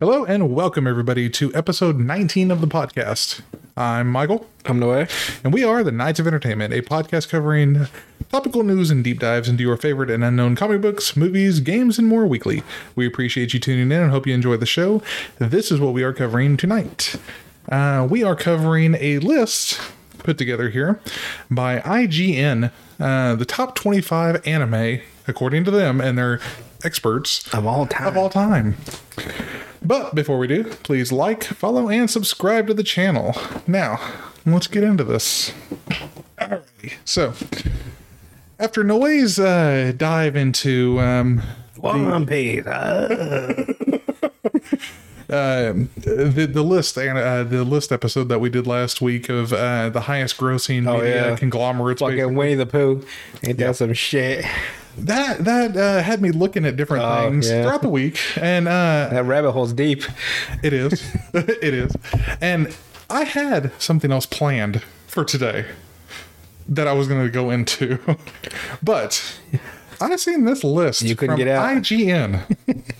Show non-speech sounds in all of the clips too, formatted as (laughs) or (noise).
Hello and welcome everybody to episode 19 of the podcast. I'm Michael, I'm Noé. and we are the Knights of Entertainment, a podcast covering topical news and deep dives into your favorite and unknown comic books, movies, games, and more weekly. We appreciate you tuning in and hope you enjoy the show. This is what we are covering tonight. Uh, we are covering a list put together here by IGN, uh, the top 25 anime, according to them and their experts Of all time. of all time. But before we do, please like, follow, and subscribe to the channel. Now, let's get into this. Alrighty. So, after Noé's uh, dive into um, One Piece. um, the the list and uh, the list episode that we did last week of uh, the highest grossing media Oh, yeah. conglomerates, Fucking Winnie the Pooh. It does some shit. that that uh, had me looking at different Oh, things yeah. throughout the week, and uh, That rabbit hole's deep. It is. (laughs) it is. And I had something else planned for today that I was going to go into, (laughs) but I seen this list You couldn't get out. (laughs) IGN,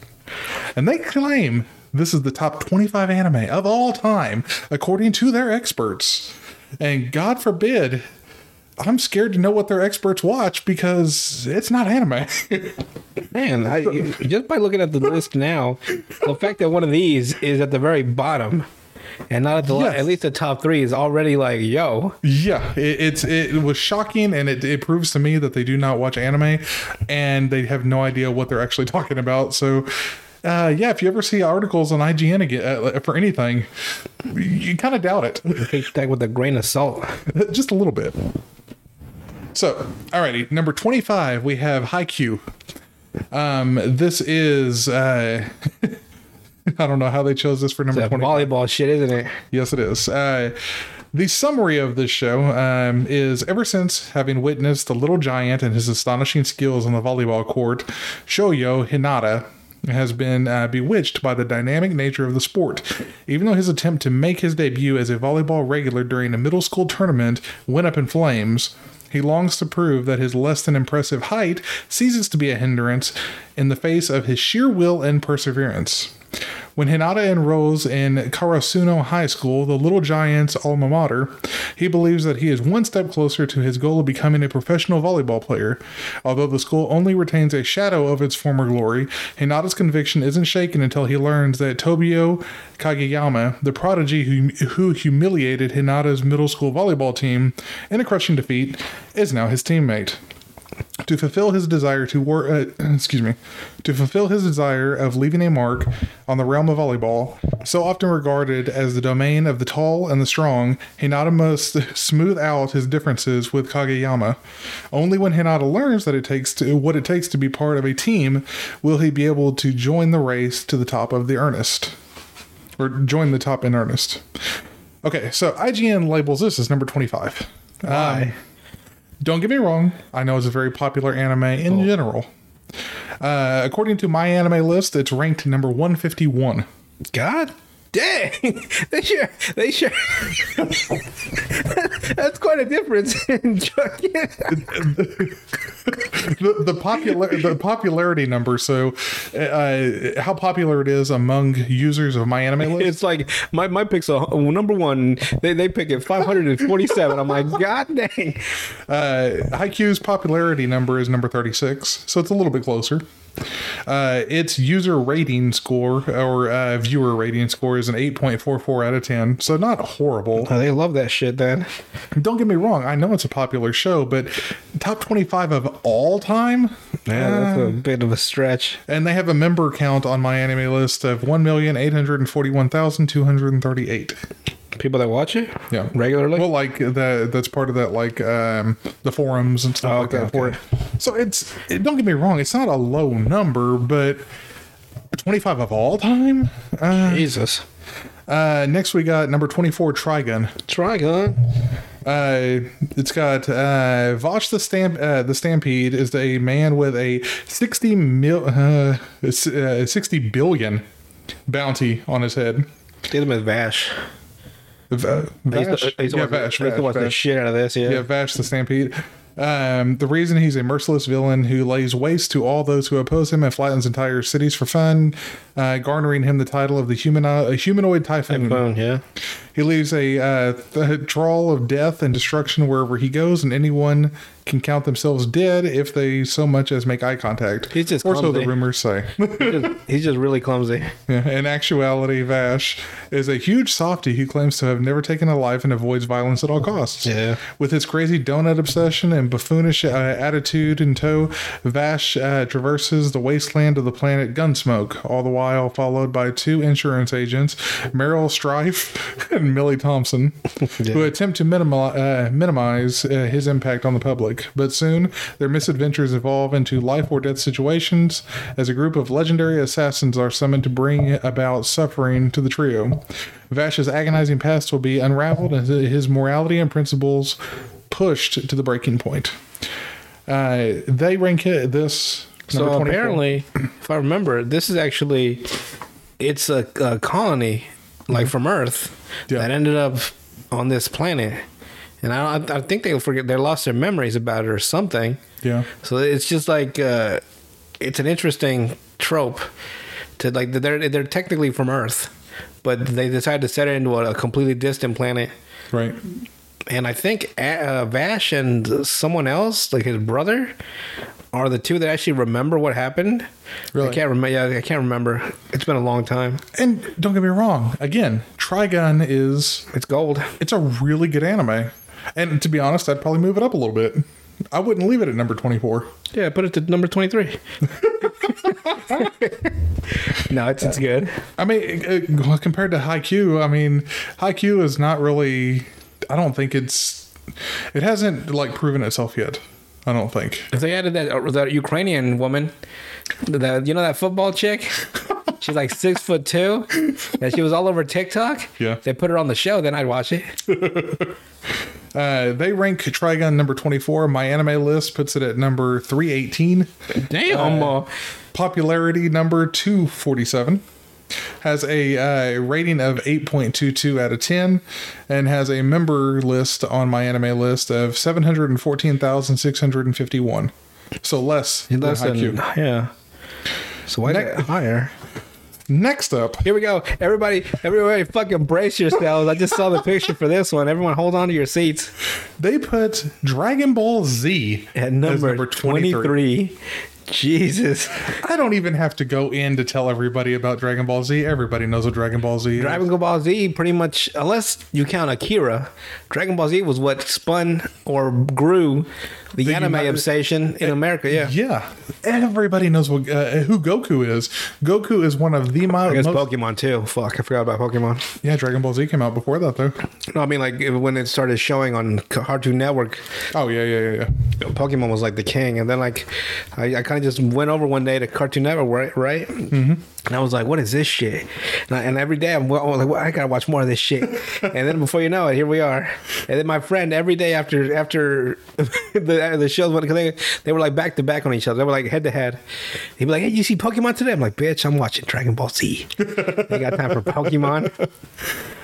and they claim this is the top 25 anime of all time, according to their experts. And God forbid. I'm scared to know what their experts watch because it's not anime. (laughs) Man, I, you- just by looking at the list now, the fact that one of these is at the very bottom and not at the Yes. at least the top three is already like, yo. Yeah, it, it's it was shocking, and it, it proves to me that they do not watch anime, and they have no idea what they're actually (laughs) talking about. So, uh, yeah, if you ever see articles on IGN again uh, for anything, you kind of doubt it (laughs) Take that with a grain of salt. just a little bit. So, alrighty, number twenty-five, we have Haikyuu. Um, this is uh, (laughs) I don't know how they chose this for number That twenty. volleyball shit, isn't it? Yes, it is. Uh, the summary of this show um, is ever since having witnessed the little giant and his astonishing skills on the volleyball court, Shoyo Hinata has been uh, bewitched by the dynamic nature of the sport. Even though his attempt to make his debut as a volleyball regular during a middle school tournament went up in flames, he longs to prove that his less than impressive height ceases to be a hindrance in the face of his sheer will and perseverance. When Hinata enrolls in Karasuno High School, the Little Giants alma mater, he believes that he is one step closer to his goal of becoming a professional volleyball player. Although the school only retains a shadow of its former glory, Hinata's conviction isn't shaken until he learns that Tobio Kageyama, the prodigy who, who humiliated Hinata's middle school volleyball team in a crushing defeat, is now his teammate to fulfill his desire to work uh, (clears throat) excuse me to fulfill his desire of leaving a mark on the realm of volleyball so often regarded as the domain of the tall and the strong hinata must smooth out his differences with kageyama only when hinata learns that it takes to what it takes to be part of a team will he be able to join the race to the top of the earnest or join the top in earnest okay so ign labels this as number 25 Why? don't get me wrong, I know it's a very popular anime in general. Uh, according to my anime list, it's ranked number 151. God dang! (laughs) They sure, they sure. (laughs) That's quite a difference. in (laughs) fucking- The, the popular the popularity number, so uh, how popular it is among users of my anime (laughs) list. it's like my my picks are number one. They they pick it five hundred and forty seven. I'm like, God dang! Uh, Haikyuu's popularity number is number 36, so it's a little bit closer. Uh, its user rating score or uh, viewer rating score is an 8.44 out of 10, so not horrible. Oh, they love that shit. Then Don't get me wrong, I know it's a popular show, but top 25 of all time? yeah, that's a bit of a stretch. And they have a member count on my anime list of 1,841,238. People that watch it, Yeah. regularly. Well, like the that's part of that like um the forums and stuff Oh, like okay, that for it. okay. So it's it, don't get me wrong, it's not a low number, but 25 of all time? Uh, Jesus, uh next we got number 24 Trigun. Trigon. Uh, it's got uh, Vosh the Stamp. Uh, the Stampede is a man with a sixty mil, uh, s- uh, sixty billion bounty on his head. Did them as Vash. V- uh, I used Vash, to- I used to yeah, watch- I Vash, used to Vash, watch the Vash. shit out of this. Yeah, yeah, Vash the Stampede. Um, the reason he's a merciless villain who lays waste to all those who oppose him and flattens entire cities for fun, uh, garnering him the title of the human uh, humanoid typhoon. Phone, (laughs) yeah. He leaves a uh, th- trawl of death and destruction wherever he goes, and anyone can count themselves dead if they so much as make eye contact. He's just or so the clumsy. rumors say. He's just, he's just really clumsy. Yeah, (laughs) In actuality, Vash is a huge softy who claims to have never taken a life and avoids violence at all costs. Yeah. With his crazy donut obsession and buffoonish uh, attitude in tow, Vash uh, traverses the wasteland of the planet Gunsmoke, all the while followed by two insurance agents, Meryl Strife (laughs) and Millie Thompson, who attempt to minimi- uh, minimize uh, his impact on the public. But soon, their misadventures evolve into life or death situations as a group of legendary assassins are summoned to bring about suffering to the trio. Vash's agonizing past will be unraveled and his morality and principles pushed to the breaking point. Uh, they rank it this So number 24. apparently, if I remember, this is actually it's a, a colony like from Earth Mm-hmm. Yeah. that ended up on this planet, and I, I think they forget they lost their memories about it or something. Yeah. So it's just like uh, it's an interesting trope to like they're they're technically from Earth, but they decide to set it into a, a completely distant planet. Right. And I think uh, Vash and someone else, like his brother, are the two that actually remember what happened. Really? I can't remember. Yeah, I can't remember. It's been a long time. And don't get me wrong. Again, Trigun is It's gold. it's a really good anime. And to be honest, I'd probably move it up a little bit. I wouldn't leave it at number 24. Yeah, put it to number twenty three. (laughs) no, it's it's good. I mean, uh, well, compared to Haikyuu, I mean, Haikyuu is not really. I don't think it's. It hasn't like proven itself yet. I don't think. If they added that uh, that Ukrainian woman, that you know that football chick, she's like six foot two, and she was all over TikTok. Yeah. If they put her on the show, then I'd watch it. Uh, they rank Trigun number twenty-four. My anime list puts it at number three eighteen. Damn. uh, Popularity number two forty-seven. Has a uh, rating of 8.22 out of 10 and has a member list on my anime list of 714,651. So less than less than- Haikyuu. (laughs) yeah. So why Next- that higher? Next up, Here we go. Everybody, everybody, fucking brace yourselves. I just saw the picture for this one. Everyone, hold on to your seats. They put Dragon Ball Z At number, as number 23. 23. Jesus. I don't even have to go in to tell everybody about Dragon Ball Z. Everybody knows what Dragon Ball Z is. Dragon Ball Z pretty much, unless you count Akira, Dragon Ball Z was what spun or grew the, anime United- obsession in America. Yeah. yeah, everybody knows what uh, who Goku is. Goku is one of the mo- I most. guess Pokemon too. Fuck, I forgot about Pokemon. yeah, Dragon Ball Z came out before that though. No, I mean like when it started showing on Cartoon Network, Oh yeah, yeah, yeah, yeah. Pokemon was like the king, and then like I, I kind of just went over one day to Cartoon Network, right? right? Mm-hmm. And I was like, "What is this shit?" And, I, and every day I'm, well, I'm like, well, "I gotta watch more of this shit." (laughs) and then before you know it, here we are. And then my friend, every day after after (laughs) the the shows went, 'cause they, they were like back to back on each other. They were like head to head. He'd be like, "Hey, you see Pokemon today?" I'm like, "Bitch, I'm watching Dragon Ball Z. I got (laughs) time for Pokemon."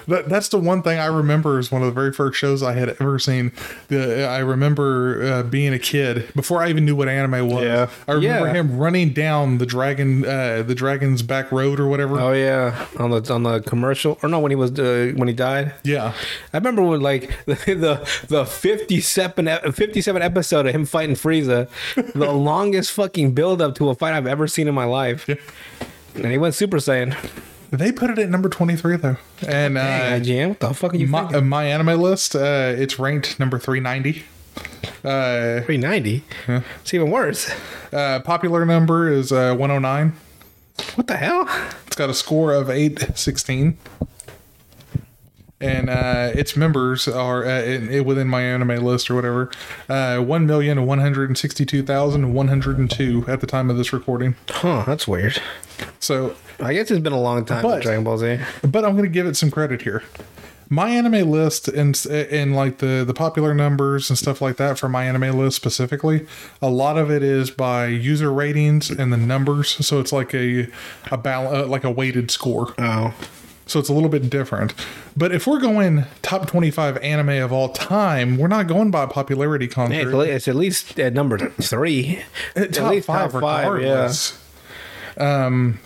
That, that's the one thing I remember is one of the very first shows I had ever seen. The I remember uh, being a kid before I even knew what anime was. Yeah. I remember Yeah. him running down the dragon, uh, the dragon's back road or whatever. Oh yeah, on the on the commercial, or no, when he was uh, when he died. yeah, I remember when like (laughs) the the, the 57, ep- 57 episode of him fighting Frieza, (laughs) the longest fucking build up to a fight I've ever seen in my life. And he went Super Saiyan. Uh, They put it at number 23, though. And Hey, uh, IGN, what the fuck are you my, thinking? uh, my anime list, uh, it's ranked number 390. Uh, 390? It's even worse. uh, popular number is uh, 109. What the hell? It's got a score of 816. And uh, its members are uh, in, in- within my anime list or whatever, uh, 1,162,102 at the time of this recording. Huh, that's weird. So I guess it's been a long time But- with Dragon Ball Z. but I'm going to give it some credit here. My anime list and and like the the popular numbers and stuff like that for my anime list specifically, a lot of it is by user ratings and the numbers, so it's like a a bal- uh, like a weighted score. Oh. so it's a little bit different. But if we're going top 25 anime of all time, we're not going by popularity Hey, contest. it's at le- it's at least at number three. At top five, regardless. Um,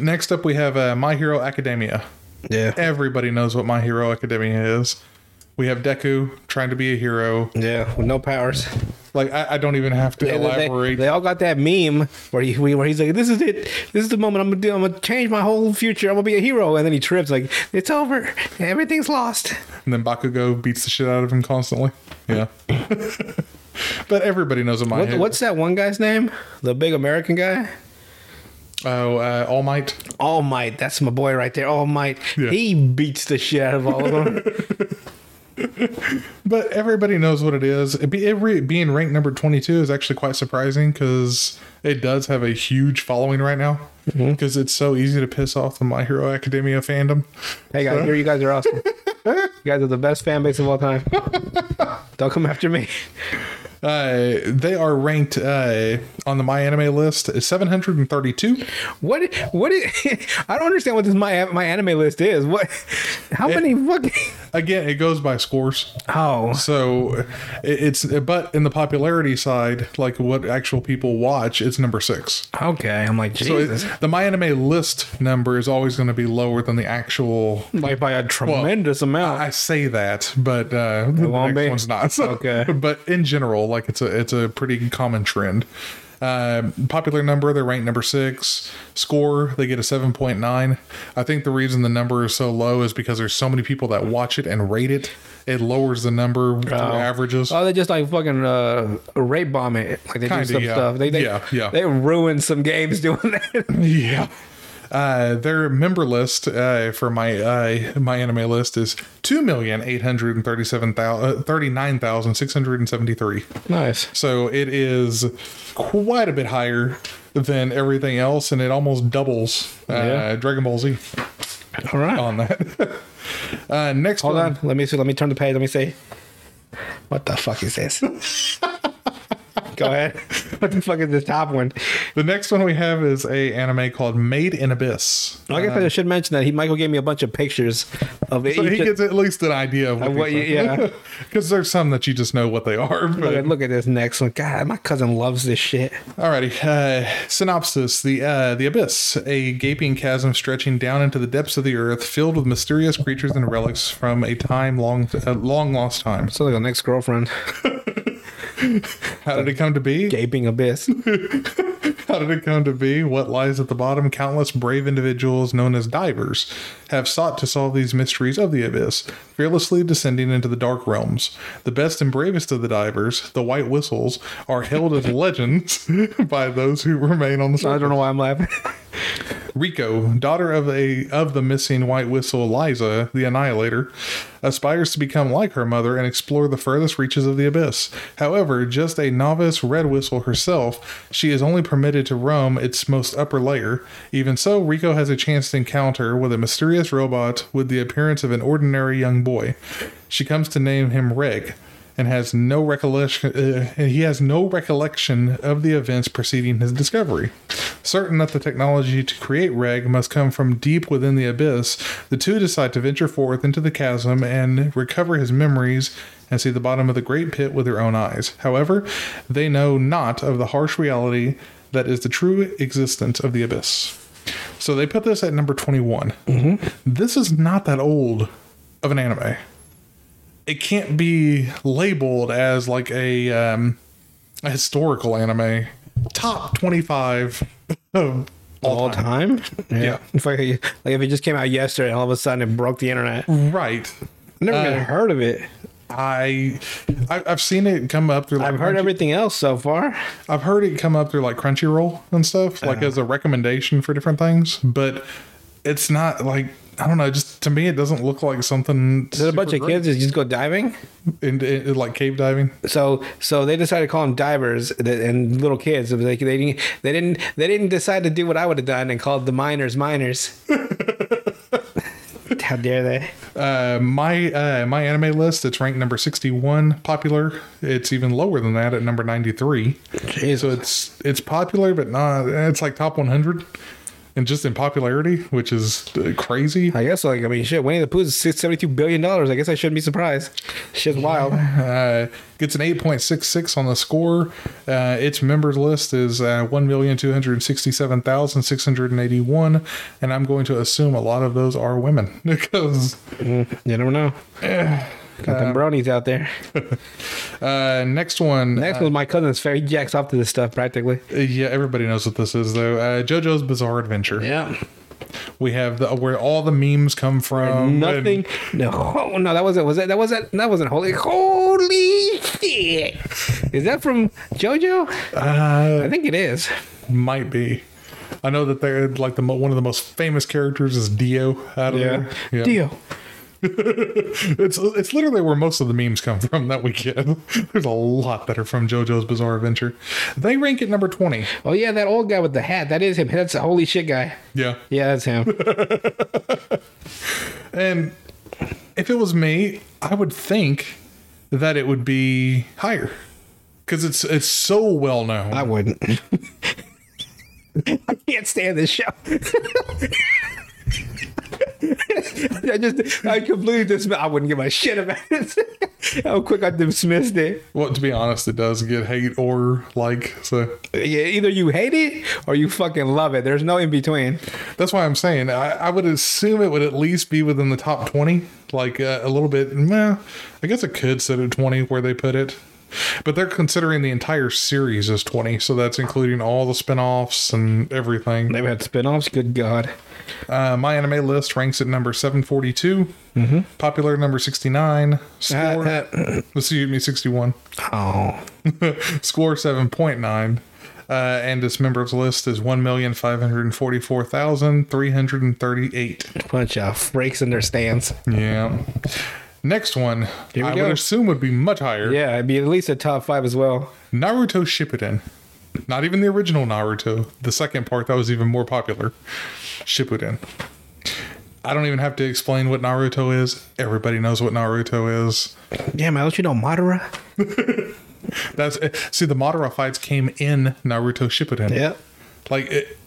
next up, we have uh, My Hero Academia. Yeah. yeah. Everybody knows what My Hero Academia is. We have Deku trying to be a hero. Yeah, with no powers. Like I, I don't even have to They- they- elaborate. They, all got that meme where he where he's like, "This is it. This is the moment. I'm gonna do. I'm gonna change my whole future. I'm gonna be a hero." And then he trips, like, "It's over. Everything's lost." and then Bakugo beats the shit out of him constantly. Yeah. (laughs) but everybody knows what My What, Hero. what's that one guy's name? The big American guy. oh uh, All Might? All Might. That's my boy right there. All Might. Yeah. He beats the shit out of all of (laughs) them. But everybody knows what it is. It be, it re, being ranked number 22 is actually quite surprising because it does have a huge following right now Mm-hmm. because it's so easy to piss off the My Hero Academia fandom. hey guys, here you guys are awesome. You guys are the best fan base of (laughs) all time. Don't come after me. Uh, they are ranked uh, on the My Anime list at 732. What? What? Is, I (laughs) don't understand what this my my anime list is. What? How many fucking? Again, it goes by scores. Oh, So it, it's, but in the popularity side, like what actual people watch, it's number six. okay. I'm like So Jesus. (laughs) it, the My Anime list number is always going to be lower than the actual. like by a tremendous amount. I say that, but uh, the won't next be? one's not. (laughs) So- Okay. but in general, like it's a it's a pretty common trend. Um popular number, they're ranked number six. Score, they get a seven point nine. I think the reason the number is so low is because there's so many people that watch it and rate it. It lowers the number to averages. Oh, they just like fucking uh, rape bomb it. Like they Kinda, do some yeah. stuff. They, they, Yeah, yeah. They ruined some games (laughs) doing that. (laughs) Yeah. Uh, their member list uh, for my uh, my anime list is two million eight hundred and thirty seven thousand thirty nine thousand six hundred and seventy three. nice. So it is quite a bit higher than everything else, and it almost doubles uh, Yeah. Dragon Ball Z All right. on that. (laughs) uh, next Hold one, on. Let me see. Let me turn the page. Let me see. What the fuck is this? (laughs) Go ahead. (laughs) What the fuck is this top one? the next one we have is a anime called Made in Abyss. I guess I should mention that he Michael gave me a bunch of pictures of it. So he gets at least an idea of what, Of Uh, what (laughs) you- yeah. because there's some that you just know what they are. But look, look at this next one. God, my cousin loves this shit. Alrighty. Uh, synopsis: The uh, the abyss, a gaping chasm stretching down into the depths of the earth, filled with mysterious creatures and relics from a time long, uh, long lost time. So like an ex girlfriend, How did it come to be? gaping abyss. (laughs) How did it come to be? What lies at the bottom? Countless brave individuals known as divers have sought to solve these mysteries of the abyss, fearlessly descending into the dark realms. The best and bravest of the divers, the White Whistles, are held as (laughs) legends by those who remain on the surface. I don't know why I'm laughing. Rico, daughter of a of the missing White Whistle Liza, the Annihilator, aspires to become like her mother and explore the furthest reaches of the abyss. However, just a novice Red Whistle herself, she is only permitted to roam its most upper layer. Even so, Rico has a chance to encounter with a mysterious robot with the appearance of an ordinary young boy. She comes to name him Reg and has no recollection uh, and he has no recollection of the events preceding his discovery certain that the technology to create reg must come from deep within the abyss the two decide to venture forth into the chasm and recover his memories and see the bottom of the great pit with their own eyes however they know not of the harsh reality that is the true existence of the abyss so they put this at number 21 Mm-hmm. this is not that old of an anime it can't be labeled as like a um a historical anime top 25 (laughs) of all, All time. time? Yeah. If I, like if it just came out yesterday, and all of a sudden it broke the internet. I've right never even heard of it. I, I i've seen it come up through like I've heard Crunchy- everything else so far. i've heard it come up through like crunchyroll and stuff Uh-huh. like as a recommendation for different things but it's not like i don't know just to me it doesn't look like something There's a bunch of kids that just go diving. in, in- like cave diving So so they decided to call them divers th- and little kids. It was like they didn't they didn't they didn't decide to do what I would have done and called the miners miners. How dare they? Uh, my uh, my anime list it's ranked number 61 popular it's even lower than that at number 93 so it's it's popular but not it's like top 100 and just in popularity, which is uh, crazy. I guess like I mean shit, Winnie the Pooh is six seventy two billion dollars. I guess I shouldn't be surprised. Shit's (laughs) wild. Uh, gets an 8.66 on the score. Uh, its members list is uh, 1,267,681, and I'm going to assume a lot of those are women (laughs) because You never know. Got them bronies out there. uh, next one. Next one's my cousin's fair. He jacks off to this stuff practically. uh, yeah, everybody knows what this is though. Uh, JoJo's Bizarre Adventure. Yeah. We have the, where all the memes come from. Nothing. No, oh, no, that wasn't. Was that? That wasn't. That wasn't holy. Holy shit! Is that from JoJo? and, uh, I think it is. might be. I know that they're like the mo- one of the most famous characters is Dio. Out of there. yeah. Dio. It's it's literally where most of the memes come from that we get. (laughs) There's a lot that are from JoJo's Bizarre Adventure. They rank at number twenty. Oh yeah, that old guy with the hat. That is him. That's the holy shit guy. Yeah, Yeah, that's him. and if it was me, I would think that it would be higher because it's it's so well known. I wouldn't. (laughs) I can't stand this show. (laughs) I just, I completely dismissed. I wouldn't give a shit about it. (laughs) How quick I dismissed it. well, to be honest, it does get hate or like. So Yeah, either you hate it or you fucking love it. There's no in between. that's why I'm saying I, I would assume it would at least be within the top twenty, like uh, a little bit. Meh, I guess it could sit at twenty where they put it. But they're considering the entire series as 20, so that's including all the spin-offs and everything. They've had spinoffs. Good God. Uh, my anime list ranks at number 742, popular number 69, score, Mm-hmm. Uh, (coughs) excuse me, 61, Oh, score 7.9. Uh, and its members list is 1,544,338. bunch of freaks in their stands. Yeah. Next one, Here we I go. would assume would be much higher. Yeah, I'd be at least a top five as well. Naruto Shippuden. Not even the original Naruto. The second part that was even more popular. Shippuden. I don't even have to explain what Naruto is. Everybody knows what Naruto is. Damn, I let you know Madara. That's see the Madara fights came in Naruto Shippuden. Like it,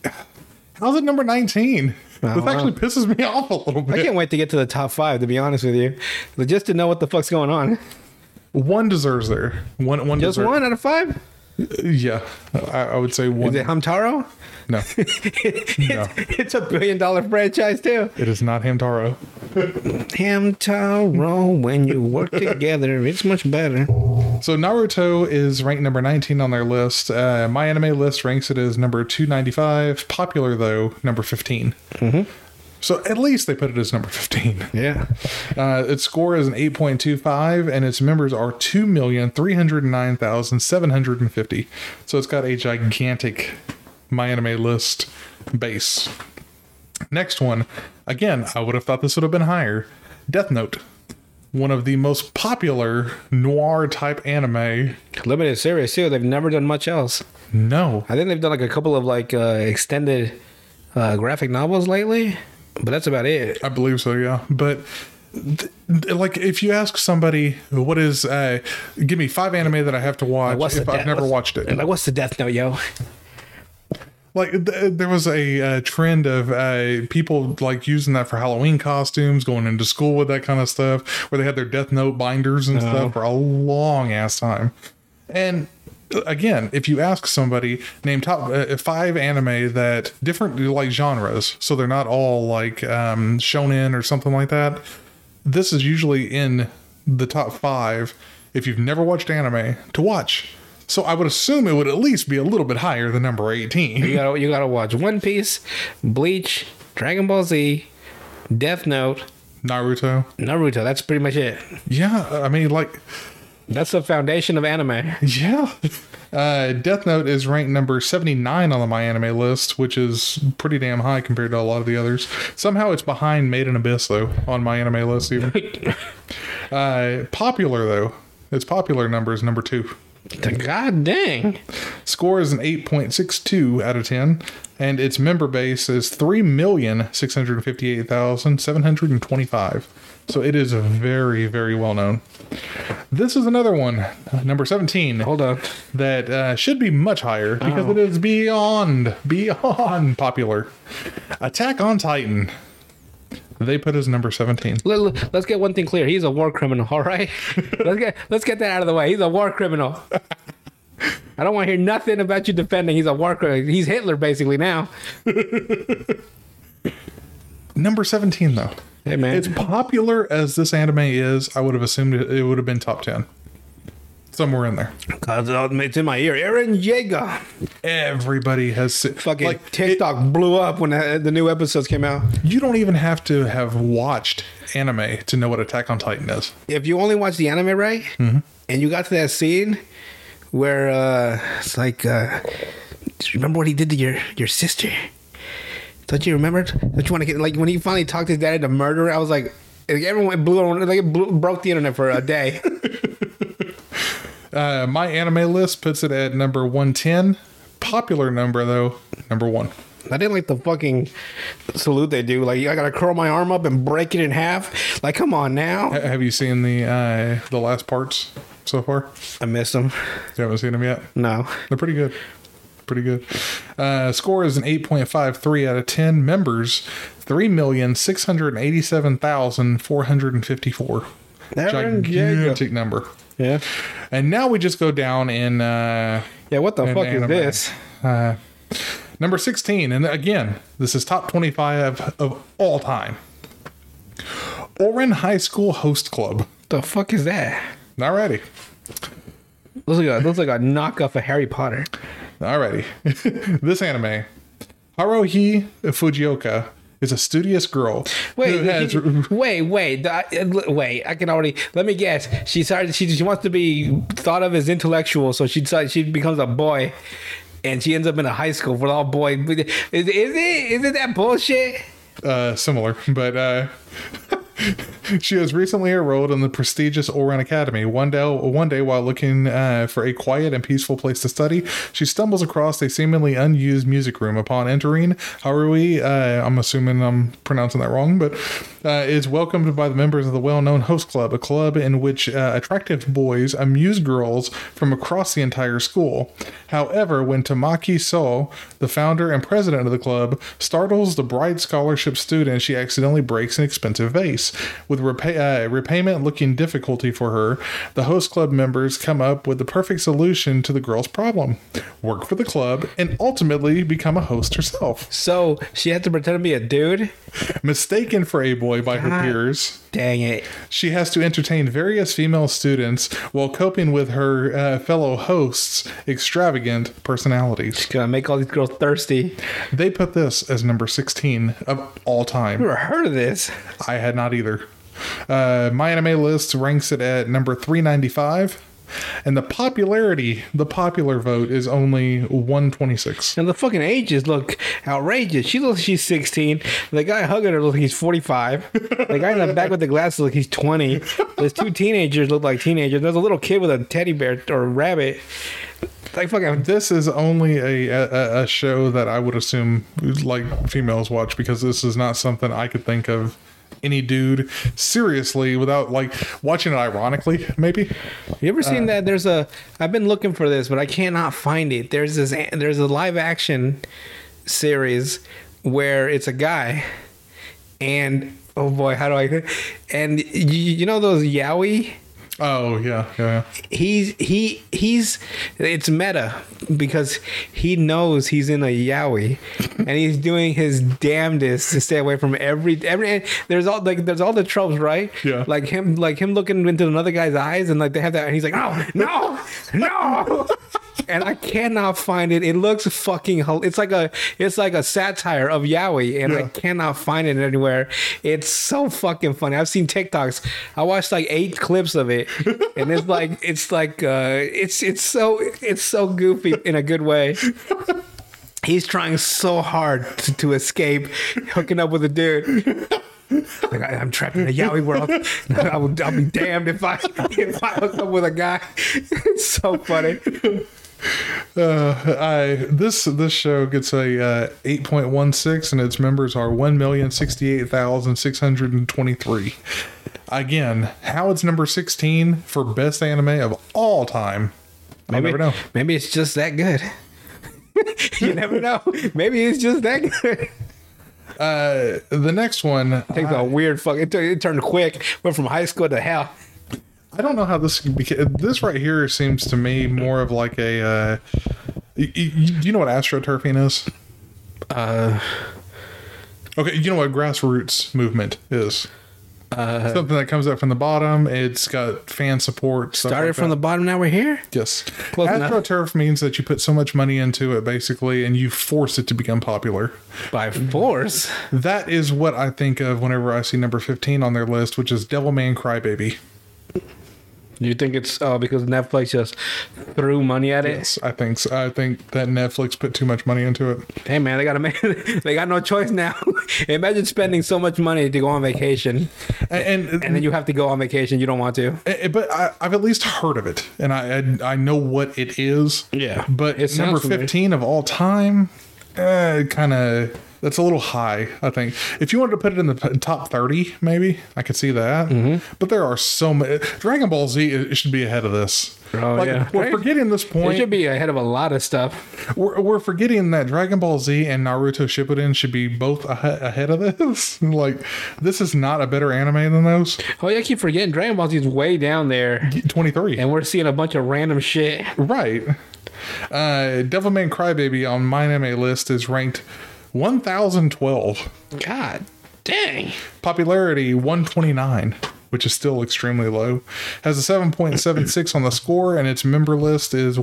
how's it number 19? I don't This actually know. pisses me (laughs) off a little I bit. can't wait to get to the top five. To be honest with you, But just to know what the fuck's going on. One deserves there. One one Just deserves, one out of five. Yeah. I, I would say Is one. it Hamtaro? (laughs) no. no. It's a billion dollar franchise too. It is not Hamtaro. Hamtaro, when you work together, it's much better. So Naruto is ranked number 19 on their list. Uh, my anime list ranks it as number 295. Popular though, number 15. So at least they put it as number 15. Mm-hmm. Yeah. Uh, its score is an 8.25, and its members are 2,309,750. So it's got a gigantic my anime list base. Next one, again, I would have thought this would have been higher. Death Note, one of the most popular noir type anime. Limited series too. They've never done much else. No, I think they've done like a couple of like uh, extended uh, graphic novels lately, but that's about it. I believe so, yeah. But th- th- like, if you ask somebody, what is, uh, give me five anime that I have to watch What's if the I've death- never what's- watched it. Like, what's the Death Note, yo? like th- there was a uh, trend of uh, people like using that for Halloween costumes, going into school with that kind of stuff, where they had their Death Note binders and stuff for a long ass time. And uh, again, if you ask somebody, name top uh, five anime that different like genres, so they're not all like um, shonen or something like that. This is usually in the top five if you've never watched anime to watch. So I would assume it would at least be a little bit higher than number eighteen. You gotta you gotta watch One Piece, Bleach, Dragon Ball Z, Death Note, Naruto. Naruto. That's pretty much it. Yeah, I mean, like, That's the foundation of anime. (laughs) yeah. Uh, Death Note is ranked number 79 on the My Anime list, which is pretty damn high compared to a lot of the others. Somehow it's behind Made in Abyss, though, on My Anime list, even. uh, popular, though. Its popular number is number two. God dang. Score is an 8.62 out of 10, and its member base is 3,658,725. So it is very, very well known. This is another one, uh, number 17, Hold on. that uh, should be much higher because it is beyond, beyond popular. Attack on Titan. They put as number 17. Let, us get one thing clear. He's a war criminal, (laughs) all right? let's get let's get that out of the way. He's a war criminal. I don't want to hear nothing about you defending. He's a war criminal. He's Hitler basically now. Number 17, though. Hey man. As popular as this anime is, I would have assumed it, it would have been top 10. Somewhere in there. Cause it's in my ear. Aaron Yeager. Everybody has se- Fucking like TikTok. TikTok blew up when the, the new episodes came out. you don't even have to have watched anime to know what Attack on Titan is. If you only watch the anime, right? And you got to that scene where uh, it's like, uh, "Do you remember what he did to your, your sister? Don't you remember? Don't you want to get like when he finally talked his dad into murder? I was like, like, everyone blew like it blew, broke the internet for a day. Uh, my anime list puts it at number 110. Popular number though, number 1. I didn't like the fucking salute they do. Like I gotta curl my arm up and break it in half. Like come on now. Ha- Have you seen the uh, the last parts so far? I miss him. You haven't seen them yet. No. They're pretty good. Pretty good. Uh, score is an 8.53 out of 10. Members, 3,687,454. Aaron Gigantic number. Yeah. And now we just go down in uh, Yeah. What the in fuck anime. is this? Uh, number 16. And again, this is top 25 of all time. Oren High School Host Club. The fuck is that? Alrighty. Looks like a, looks like a knockoff of Harry Potter. Alrighty. (laughs) this anime, Haruhi Fujioka, is a studious girl. Wait, who has- (laughs) wait, wait, The- I- uh, wait! I can already let me guess. She started. She, she wants to be thought of as intellectual, so she decides she becomes a boy, and she ends up in a high school for all boy. Is, is it is it that bullshit? uh, similar, but uh, (laughs) she has recently enrolled in the prestigious Oran Academy. One day, one day while looking uh, for a quiet and peaceful place to study, she stumbles across a seemingly unused music room. Upon entering, Harui, uh, I'm assuming I'm pronouncing that wrong, but uh, is welcomed by the members of the well-known Host Club, a club in which uh, attractive boys amuse girls from across the entire school. However, when Tamaki So, the founder and president of the club, startles the bright scholarship student, she accidentally breaks an expensive vase. With repay- uh, repayment looking difficulty for her, the host club members come up with the perfect solution to the girl's problem work for the club and ultimately become a host herself. So she had to pretend to be a dude. Mistaken for a boy by her peers. Dang it! She has to entertain various female students while coping with her uh, fellow hosts' extravagant personalities. Gonna make all these girls thirsty. They put this as number 16 of all time. Never heard of this. I had not either. Uh, my anime list ranks it at number 395. And the popularity, the popular vote is only 126. And the fucking ages look outrageous. She looks like she's 16. The guy hugging her looks like he's 45. The guy in the back with the glasses looks like he's 20. There's two teenagers look like teenagers. There's a little kid with a teddy bear or a rabbit. Like fucking. This is only a, a, a show that I would assume like females watch because this is not something I could think of any dude seriously without like watching it ironically, maybe. You ever seen that? There's a. I've been looking for this, but I cannot find it. There's this. There's a live action series where it's a guy, and oh boy, how do I? And you, you know those yaoi. Oh, yeah, yeah, yeah. he's he he's it's meta because he knows he's in a yaoi and he's doing his damnedest to stay away from every every and there's all like there's all the tropes right Yeah. like him like him looking into another guy's eyes and like they have that and he's like oh no no (laughs) and I cannot find it it looks fucking hel- it's like a it's like a satire of yaoi and I Yeah. cannot find it anywhere. It's so fucking funny. I've seen TikToks. I watched like eight clips of it, and it's like it's like uh, it's it's so it's so goofy in a good way. He's trying so hard to, to escape hooking up with a dude. Like I, am trapped in a yaoi world. (laughs) I will, I'll be damned if I if I hook up with a guy. (laughs) It's so funny. Uh, I this this show gets a uh, 8.16, and its members are 1,068,623. Again, how it's number 16 for best anime of all time. I'll Maybe, never know. maybe it's just that good. (laughs) you never know. Maybe it's just that good. (laughs) Uh, the next one, Takes a weird fuck. It, tur- it turned quick. Went from high school to hell. I don't know how this beca- this right here seems to me more of like a. Uh, y- y- y- do you know what astroturfing is? Uh, okay, you know what grassroots movement is. Uh, Something that comes up from the bottom. It's got fan support. stuff Started like from that. the bottom. Now we're here. Yes. Close enough. AstroTurf means that you put so much money into it, basically, and you force it to become popular. By force. That is what I think of whenever I see number 15 on their list, which is Devilman Crybaby. You think it's uh, because Netflix just threw money at it? Yes, I think so. I think that Netflix put too much money into it. Hey man, they gotta make. (laughs) They got no choice now. Imagine spending so much money to go on vacation, And, and, and then you have to go on vacation you don't want to. Eh, but I, I've at least heard of it, and I I, I know what it is. Yeah. but It sounds number familiar. fifteen of all time, uh, kind of that's a little high. I think if you wanted to put it in the p- top thirty, maybe I could see that. Mm-hmm. But there are so many Dragon Ball Z. It, it should be ahead of this. Oh, yeah. we're forgetting this It should point. be ahead of a lot of stuff. We're, we're forgetting that Dragon Ball Z and Naruto Shippuden should be both ahe- ahead of this. (laughs) like, this is not a better anime than those. Oh yeah, I keep forgetting Dragon Ball Z is way down there, Twenty three. and we're seeing a bunch of random shit. Right. Uh, Devilman Crybaby on my anime list is ranked 1012. God dang! Popularity 129, which is still extremely low. Has a 7.76 on the score, and its member list is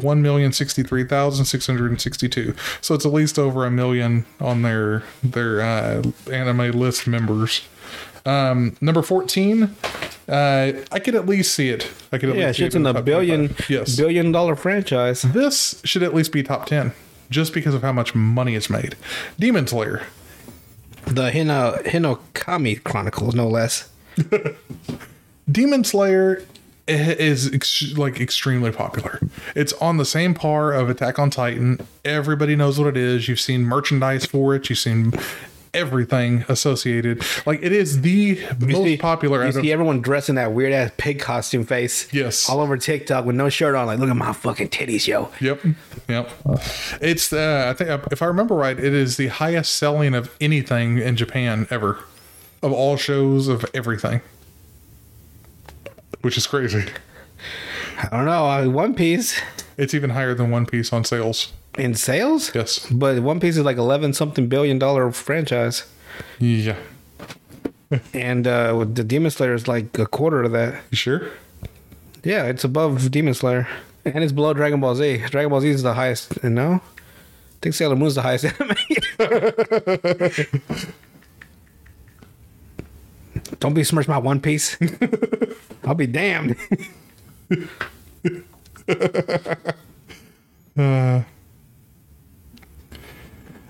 1,063,662. So it's at least over a million on their their uh, anime list members. Um, number 14, uh, I could at least see it. I could at Yeah, least see shit's it in the a top billion, 25. Yes billion dollar franchise. this should at least be top 10 just because of how much money it's made demon slayer The Hino Hinokami Chronicles, no less. demon slayer i- is ex- like extremely popular it's on the same par of attack on titan everybody knows what it is you've seen merchandise for it you've seen everything associated like it is the most see- popular You out of- see everyone dressed in that weird ass pig costume face. Yes. All over TikTok with no shirt on. Like, look at my fucking titties, yo. Yep, yep. It's uh, I think if I remember right, it is the highest selling of anything in Japan ever, of all shows of everything, which is crazy. I don't know. uh, One Piece It's even higher than One Piece on sales. in sales? Yes. But One Piece is like 11 something billion dollar franchise. Yeah. And uh, with the Demon Slayer is like a quarter of that. You sure? Yeah, it's above Demon Slayer. And it's below Dragon Ball Z. Dragon Ball Z is the highest, you know? I think Sailor Moon's the highest (laughs) anime. Don't be besmirch my One (laughs) Piece. I'll be damned.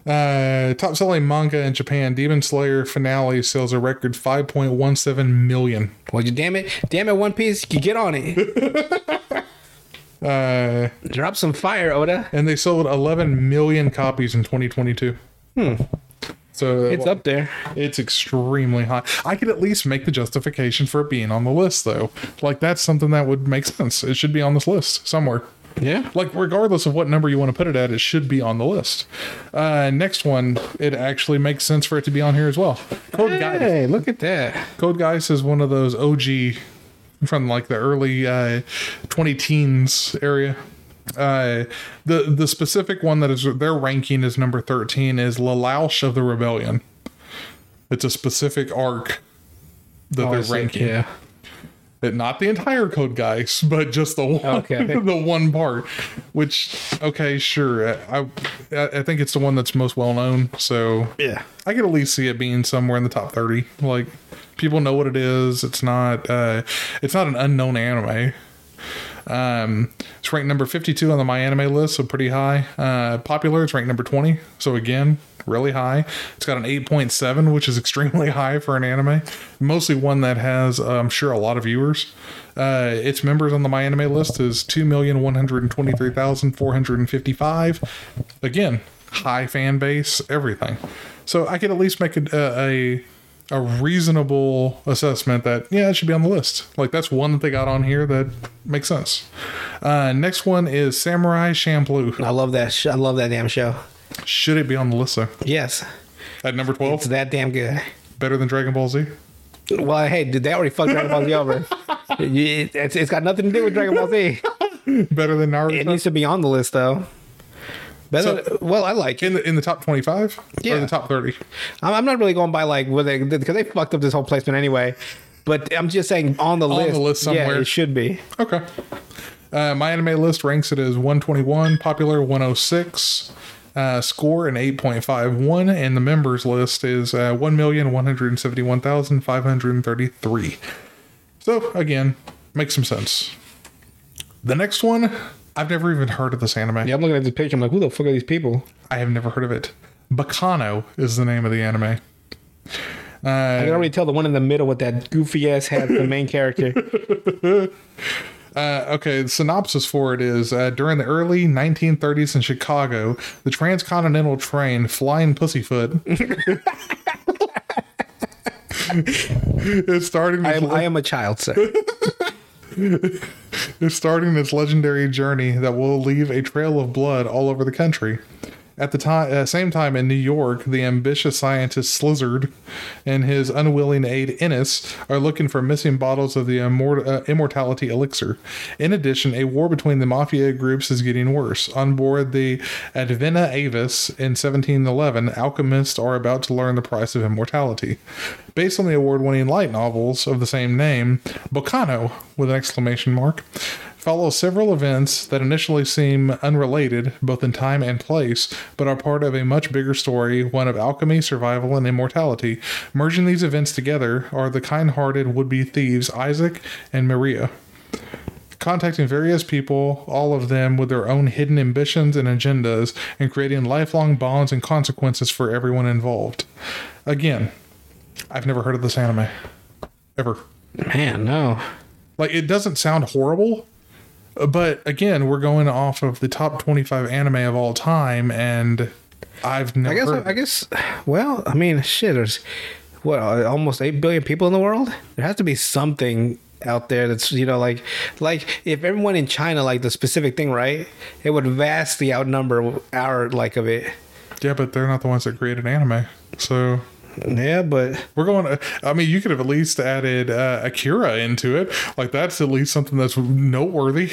Uh, top selling manga in Japan, Demon Slayer finale sells a record 5.17 million. well, you damn it. Damn it, One Piece. You get on it. Uh, Drop some fire, Oda. and they sold 11 million copies in 2022. Hmm. So It's up there. It's extremely high. I could at least make the justification for it being on the list, though. Like that's something that would make sense. It should be on this list somewhere. Yeah. Like regardless of what number you want to put it at, it should be on the list. Uh, next one, it actually makes sense for it to be on here as well. Code Eh. Geass. Hey, Oh, look at that. Code Geass is one of those OG from like the early uh, 20 teens area. Uh, the the specific one that is their ranking is number 13 is Lalouche of the Rebellion. It's a specific arc that Oh, I they're see. ranking. Yeah. It- not the entire Code Geass, but just the one, (laughs) Okay. the one part. Which okay, sure. I, I I think it's the one that's most well known. So Yeah. I could at least see it being somewhere in the top thirty. Like people know what it is. It's not uh, it's not an unknown anime. Um, it's ranked number 52 on the My Anime list, so pretty high. Uh, popular, it's ranked number 20, so again, really high. It's got an 8.7, which is (laughs) extremely high for an anime. Mostly one that has, uh, I'm sure, a lot of viewers. Uh, its members on the My Anime list is 2,123,455. Again, high fan base, everything. So I could at least make a, a a reasonable assessment that yeah, it should be on the list. Like that's one that they got on here that makes sense. Uh, next one is Samurai Champloo. I love that. Sh- I love that damn show. Should it be on the list though? Yes, At number it's twelve, that damn good. better than Dragon Ball Z. (laughs) Well, hey, dude, they already fucked Dragon Ball Z (laughs) over. You- It's, it's got nothing to do with Dragon Ball Z. Better than It Naruto. needs to be on the list though. Better, So- well, I like it. in the in the top twenty five or Yeah. the top thirty. I'm, I'm not really going by like where they because they fucked up this whole placement anyway. But I'm just saying on the the list. list somewhere. Yeah, it should be. Okay. Uh, my anime list ranks it as 121, popular 106, uh, score an 8.51, and the members list is uh, 1,171,533. So, again, makes some sense. The next one, I've never even heard of this anime. Yeah, I'm looking at this picture. I'm like, who the fuck are these people? I have never heard of it. Bacano is the name of the anime. Uh, I can already tell the one in the middle with that goofy ass hat, the main (laughs) character. Uh, okay, the synopsis for it is uh, during the early 1930s in Chicago, the transcontinental train Flying Pussyfoot. (laughs) is starting I this, am, I am a child, sir. is starting this legendary journey that will leave a trail of blood all over the country. At the time, uh, same time in New York, the ambitious scientist Slizzard and his unwilling aide Ennis are looking for missing bottles of the immort- uh, immortality elixir. In addition, a war between the mafia groups is getting worse. On board the Advena Avis in 1711, alchemists are about to learn the price of immortality. Based on the award-winning light novels of the same name, Boccano with an exclamation mark follow several events that initially seem unrelated, both in time and place, but are part of a much bigger story one of alchemy, survival, and immortality. Merging these events together are the kind hearted would be thieves Isaac and Maria. Contacting various people, all of them with their own hidden ambitions and agendas, and creating lifelong bonds and consequences for everyone involved. Again, I've never heard of this anime. Ever (laughs) Man, no. like it doesn't sound horrible but again we're going off of the top 25 anime of all time and i've never I guess. heard of I it. guess. Well, I mean, shit. There's what uh, almost eight billion people in the world. There has to be something out there that's you know like like if everyone in China like the specific thing, right? It would vastly outnumber our like of it. yeah but they're not the ones that created anime so Yeah, but we're going i mean you could have at least added uh, akira into it like that's at least something that's noteworthy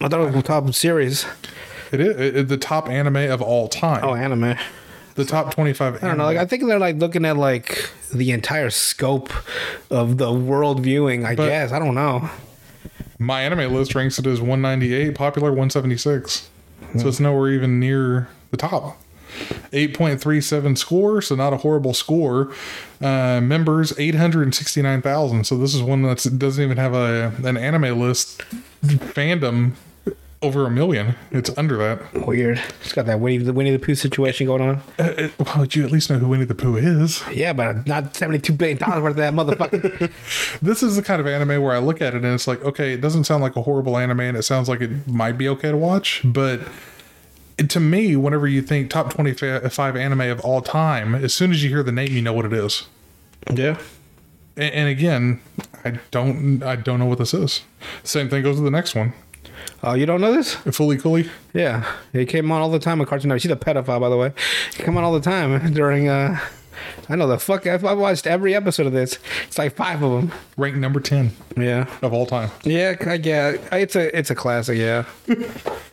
I thought it was top series. it is it, it- the top anime of all time Oh, anime. the top 25 I don't know. Like I think they're like looking at like the entire scope of the world viewing. I But- guess I don't know. my anime list ranks it as 198 popular 176 so it's nowhere even near the top 8.37 score so not a horrible score uh, members 869000 so this is one that doesn't even have a an anime list fandom over a million it's under that Weird. It's got that Winnie the Winnie the Pooh situation going on. Uh, uh, well you at least know who winnie the pooh is Yeah, but not seventy-two billion dollars worth of that motherfucker. this is the kind of anime where I look at it and it's like, okay, it doesn't sound like a horrible anime and it sounds like it might be okay to watch, but it- to me, whenever you think top 25 anime of all time, as soon as you hear the name, you know what it is. yeah. A- And, again, I don't I don't know what this is. Same thing goes to the next one. Oh, you don't know this? Fully Cooley. Yeah, it came on all the time on Cartoon Network. She's a pedophile, by the way. It came on all the time (laughs) during. uh I know the fuck. I've, I watched every episode of this. It's like five of them. ranked number 10 Yeah. of all time. Yeah, I get. It's a it's a classic. (laughs) Yeah.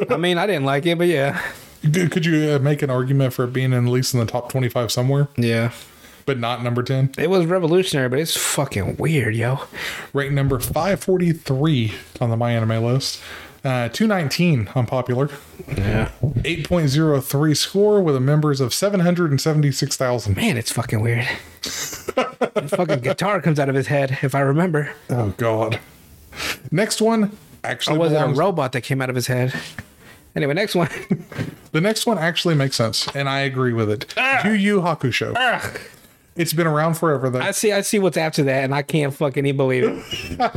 I mean, I didn't like it, but yeah. Could could you uh, make an argument for it being at least in the top 25 somewhere, Yeah. but not number 10? It was revolutionary, but it's fucking weird, yo. ranked number 543 on the My Anime list. Uh, 219 on popular. Yeah. 8.03 score with a members of 776,000. Man, it's fucking weird. the fucking guitar comes out of his head, if I remember. Oh, God. Next one actually Or was it a belongs- robot that came out of his head? Anyway, next one. The next one actually makes sense, and I agree with it. Ah! Yu Yu Hakusho. It's been around forever, though. I see. I see what's after that, and I can't fucking even believe it.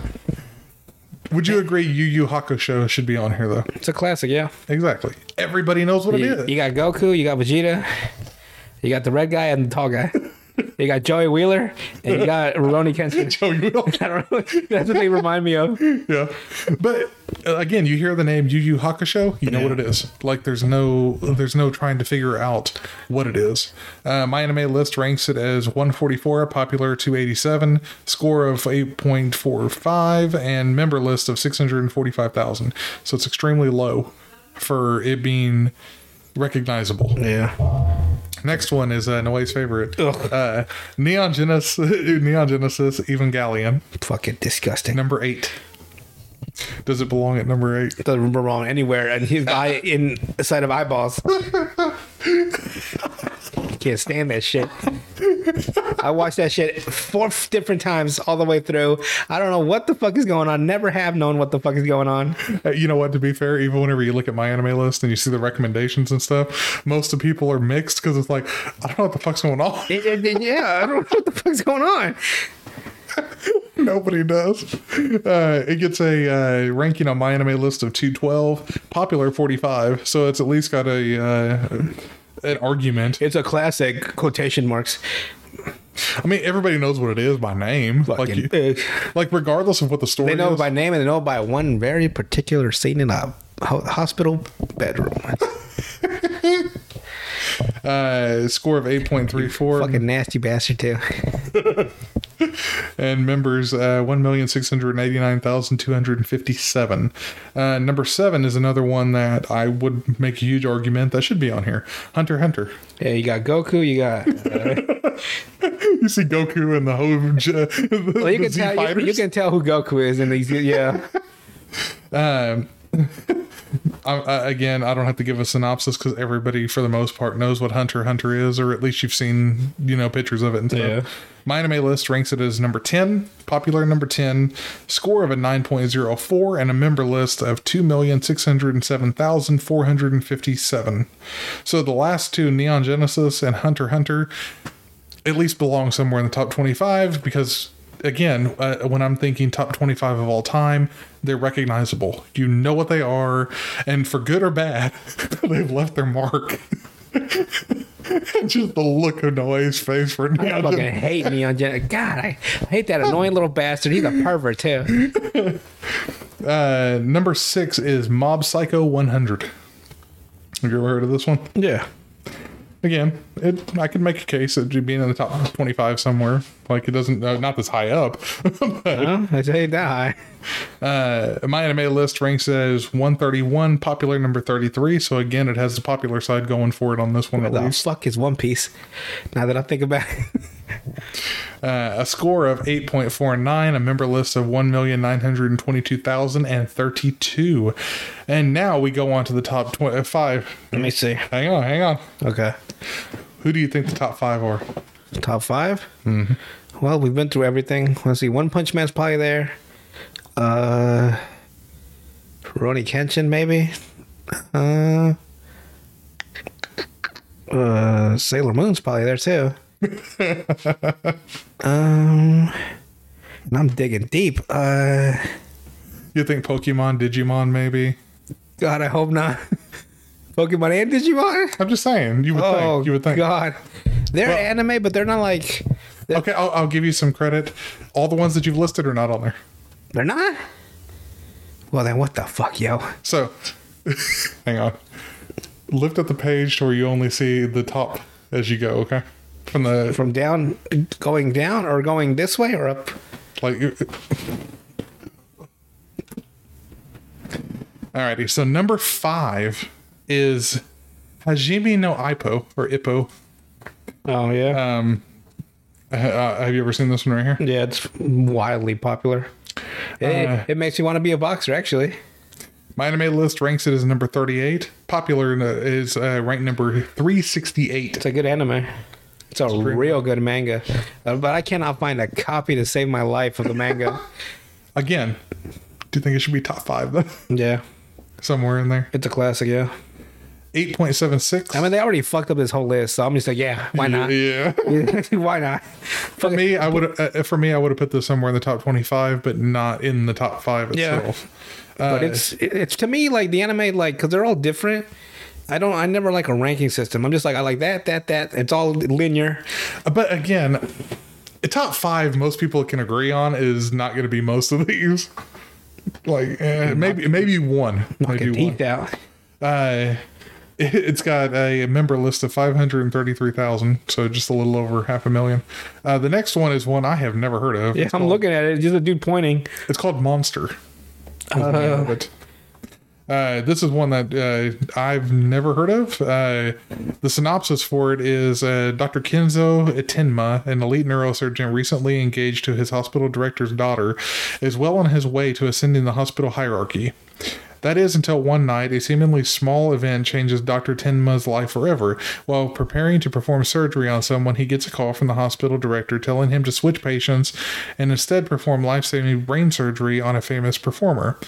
Would you agree Yu Yu Hakusho should be on here, though? It's a classic, yeah. Exactly. Everybody knows what it You, is. you got Goku, you got Vegeta, you got the red guy and the tall guy. You got Joey Wheeler, and you got Roni (laughs) Kenshin. Joe, you know. I don't know. That's what they remind me of. yeah. But uh, again, you hear the name Yu Yu Hakusho, you know what it is. Like there's no there's no trying to figure out what it is. Uh, my anime list ranks it as 144, popular 287, score of 8.45, and member list of 645,000. So it's extremely low for it being recognizable. Yeah. Next one is uh, Noe's favorite, Ugh. uh, Neon Genesis, (laughs) Neon Genesis Evangelion, Fucking disgusting. number eight. Does it belong at number eight? It doesn't belong anywhere, and his (laughs) eye in the sight of eyeballs. Can't stand that shit. I watched that shit four f- different times all the way through. I don't know what the fuck is going on. Never have known what the fuck is going on. Uh, you know what to be fair even whenever you look at my anime list and you see the recommendations and stuff most of the people are mixed because it's like i don't know what the fuck's going on (laughs) It- it- it- yeah, I don't know what the fuck's going on. nobody does uh, it gets a uh, ranking on my anime list of 212 popular 45 so it's at least got a uh, an argument It's a classic quotation marks. i mean everybody knows what it is by name like, Fucking- you- like regardless of what the story uh, They know is by name and they know by one very particular scene in a ho- hospital bedroom. uh, score of 8.34 Fucking nasty bastard too. and members uh, 1,689,257. Uh, number seven is another one that I would make a huge argument that should be on here Hunter x Hunter. (laughs) Yeah, you got Goku. You (laughs) got. You see Goku and the whole. J- the, Well, you the can Z tell. You, you fighters. can tell who Goku is in these. (laughs) Yeah. Um, (laughs) I, I, again, I don't have to give a synopsis because everybody, for the most part, knows what Hunter x Hunter is, or at least you've seen you know pictures of it. And stuff. Yeah. My anime list ranks it as number ten, popular number ten, score of a nine point zero four, and a member list of two million six hundred and seven thousand four hundred and fifty seven. So the last two, Neon Genesis and Hunter x Hunter, at least belong somewhere in the top 25 because again uh, when i'm thinking top 25 of all time they're recognizable you know what they are and for good or bad (laughs) they've left their mark (laughs) just the look of noah's face for now I fucking hate Neon Genesis. God, I, I hate that annoying little bastard. He's a pervert too. uh, number six is mob psycho 100 have you ever heard of this one Yeah. again it, i could make a case of being in the top 25 somewhere like it doesn't uh, not this high up (laughs) Well, I say that high. Uh, my anime list ranks as 131, popular number 33. So again, it has the popular side going for it on this one at The least. fuck is One Piece? Now that I think about it, Uh, a score of 8.49, a member list of 1,922,032. And now we go on to the top 25. let me see. Hang on, hang on. Okay. Who do you think the top five are? Top 5 Mm-hmm. Well, we've been through everything. Let's see. One Punch Man's probably there. Uh, Roni Kenshin, maybe. Uh, uh, Sailor Moon's probably (laughs) there too. um, and I'm digging deep. Uh, You think Pokemon, Digimon, maybe? God, I hope not. (laughs) Pokemon and Digimon. I'm just saying. You would Oh, think. You would think. God, they're Well- anime, but they're not like they're, Okay, I'll, I'll give you some credit. All the ones that you've listed are not on there. they're not. Well, then what the fuck, yo? So, (laughs) hang on. Lift up the page to where you only see the top as you go. Okay, from the from down going down or going this way or up like. you- Alrighty. So number five is Hajime no Ippo or Ippo. oh yeah Um, uh, have you ever seen this one right here? yeah it's wildly popular it, Uh, it makes me want to be a boxer actually My anime list ranks it as number thirty-eight. Popular in the- is uh, ranked number three sixty-eight. it's a good anime it's a real good manga (laughs) Uh, but i cannot find a copy to save my life of the manga Again, do think it should be top five though? (laughs) Yeah, Somewhere in there. it's a classic. Yeah, Eight point seven six. I mean they already fucked up this whole list, so I'm just like, yeah, why not? Yeah. (laughs) (laughs) why not? For me, I would uh, for me I would have put this somewhere in the top twenty five, but not in the top five Yeah. itself. but Uh, it's it's to me like the anime like because they're all different. I don't. I never like a ranking system. I'm just like I like that, that, that. It's all linear. Uh, But again, the top five most people can agree on is not going to be most of these. (laughs) Like eh, maybe maybe one, maybe Fucking one. teeth out. Uh, (laughs) it, it's got a member list of five hundred and thirty three thousand, so just a little over half a million. Uh, the next one is one I have never heard of. Yeah, it's, I'm called, looking at it. Just a dude pointing. it's called Monster. Uh, but uh, this is one that uh, I've never heard of. Uh, the synopsis for it is uh, Dr. Kenzo Itinma, an elite neurosurgeon recently engaged to his hospital director's daughter, is well on his way to ascending the hospital hierarchy. That is until one night, a seemingly small event changes Dr. Tenma's life forever. While preparing to perform surgery on someone, he gets a call from the hospital director telling him to switch patients and instead perform life saving brain surgery on a famous performer.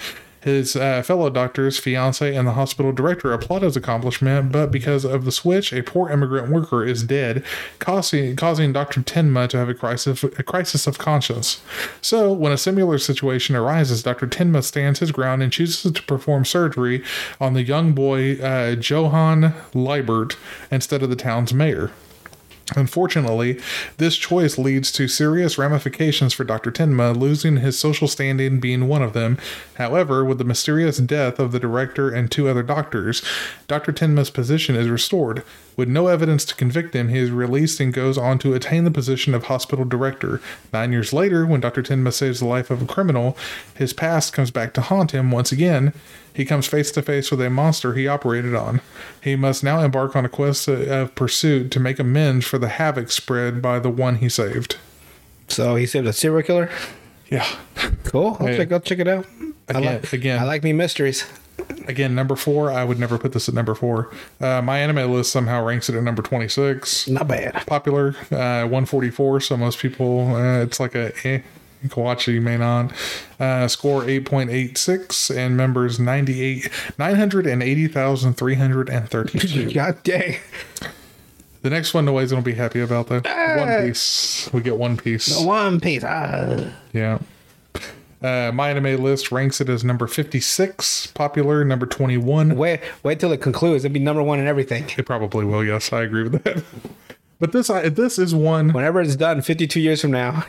His uh, fellow doctors, fiance, and the hospital director applaud his accomplishment, but because of the switch, a poor immigrant worker is dead, causing, causing Dr. Tenma to have a crisis, a crisis of conscience. So, when a similar situation arises, Dr. Tenma stands his ground and chooses to perform surgery on the young boy uh, Johann Liebert instead of the town's mayor. Unfortunately, this choice leads to serious ramifications for Dr. Tenma, losing his social standing being one of them. However, with the mysterious death of the director and two other doctors, Dr. Tenma's position is restored. With no evidence to convict him, he is released and goes on to attain the position of hospital director. Nine years later, when Dr. Tenma saves the life of a criminal, his past comes back to haunt him once again. He comes face to face with a monster he operated on. He must now embark on a quest of pursuit to make amends for the havoc spread by the one he saved. So he saved a serial killer. Yeah. Cool. I'll Yeah. check. I'll check it out. I Again- like, again. I like me mysteries. Again, number four. I would never put this at number four. Uh, my anime list somehow ranks it at number twenty-six. (laughs) Not bad. Popular, uh, one forty-four. So most people, uh, it's like a eh. You can watch it, you may not. Uh, score 8.86 and members 98, 980,332. God dang. The next one, nobody's gonna be happy about that. One Piece. We get One Piece. One Piece. Ah. Yeah. Uh, my anime list ranks it as number 56, popular, number 21. Wait, wait till it concludes. It'll be number one in everything. It probably will, yes, I agree with that. (laughs) But this I, this is one Whenever it's done, 52 years from now.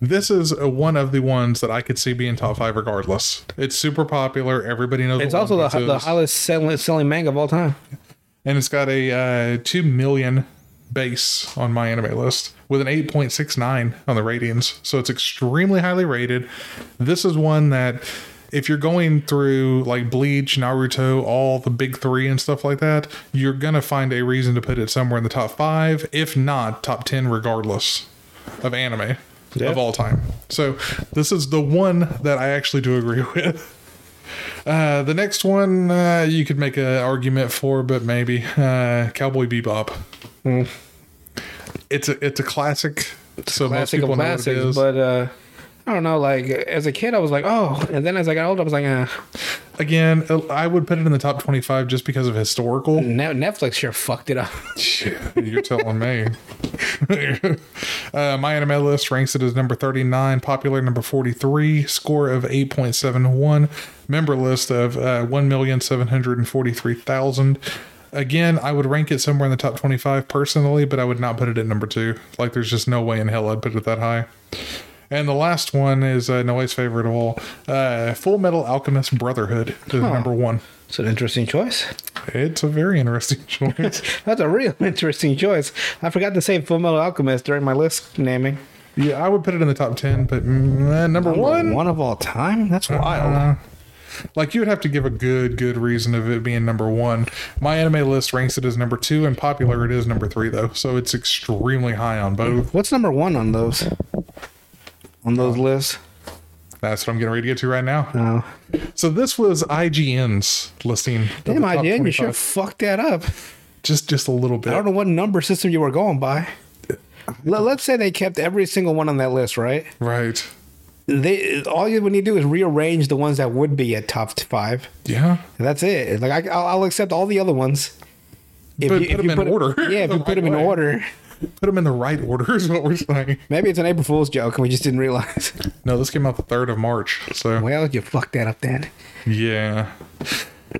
this is uh one of the ones that I could see being top five regardless. It's super popular. Everybody knows. It's what also One the, Piece the is. highest selling, selling manga of all time. and it's got a uh, two million base on my anime list with an 8.69 on the ratings so it's extremely highly rated this is one that if you're going through like bleach naruto all the big three and stuff like that you're gonna find a reason to put it somewhere in the top five if not top 10 regardless of anime Yeah. of all time so this is the one that i actually do agree (laughs) with uh, the next one uh, you could make an argument for, but maybe uh, Cowboy Bebop. Hmm. It's a it's a classic. so Classic most of people know what it classics. is. But uh, I don't know. Like, as a kid, I was like, oh. And then as I got older, I was like, uh, Again, I would put it in the top twenty five just because of historical. Ne- Netflix sure fucked it up. You're telling me. uh, my anime list ranks it as number 39, popular number 43, score of 8.71, member list of uh, 1,743,000. Again, I would rank it somewhere in the top 25 personally, but I would not put it at number two. Like, there's just no way in hell I'd put it that high. And the last one is uh, Noah's favorite of all uh, Full Metal Alchemist Brotherhood is number one. It's an interesting choice. It's a very interesting (laughs) choice. That's a real (laughs) interesting choice. I forgot to say Full Metal Alchemist during my list naming. Yeah, I would put it in the top ten, but mm, uh, number one, One of all time? That's wild. uh, like you would have to give a good, good reason of it being number one. My anime list ranks it as number two, and popular it is number three though, so it's extremely high on both. What's number one on those? On those lists? That's what I'm getting ready to get to right now. No. So this was IGN's listing. of the Damn, top IGN, you 25. sure fucked that up. just just a little bit. I don't know what number system you were going by. Let- Let's say they kept every single one on that list, right? Right. they all you would need to do is rearrange the ones that would be at top five. Yeah. And that's it. Like I, I'll, I'll accept all the other ones. If But put 'em in order. Yeah, if (laughs) The you put right them in way. order. Put them in the right order (laughs) is what we're saying. Maybe it's an April Fool's joke and we just didn't realize. (laughs) No, this came out the 3rd of March. So, well, you fucked that up then. yeah.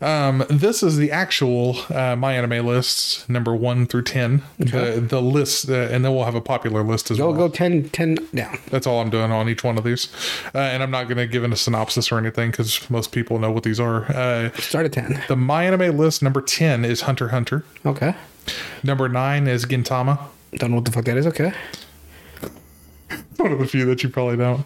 Um, this is the actual uh, my anime lists number one through ten. The the list, uh, and then we'll have a popular list as Go well. go 10, 10 down. That's all I'm doing on each one of these, uh, and I'm not going to give in a synopsis or anything because most people know what these are. Uh, Start at ten. the my anime list number ten is Hunter x Hunter. Okay. Number nine is Gintama. (laughs) Don't know what the fuck that is. Okay. One of the few that you probably don't.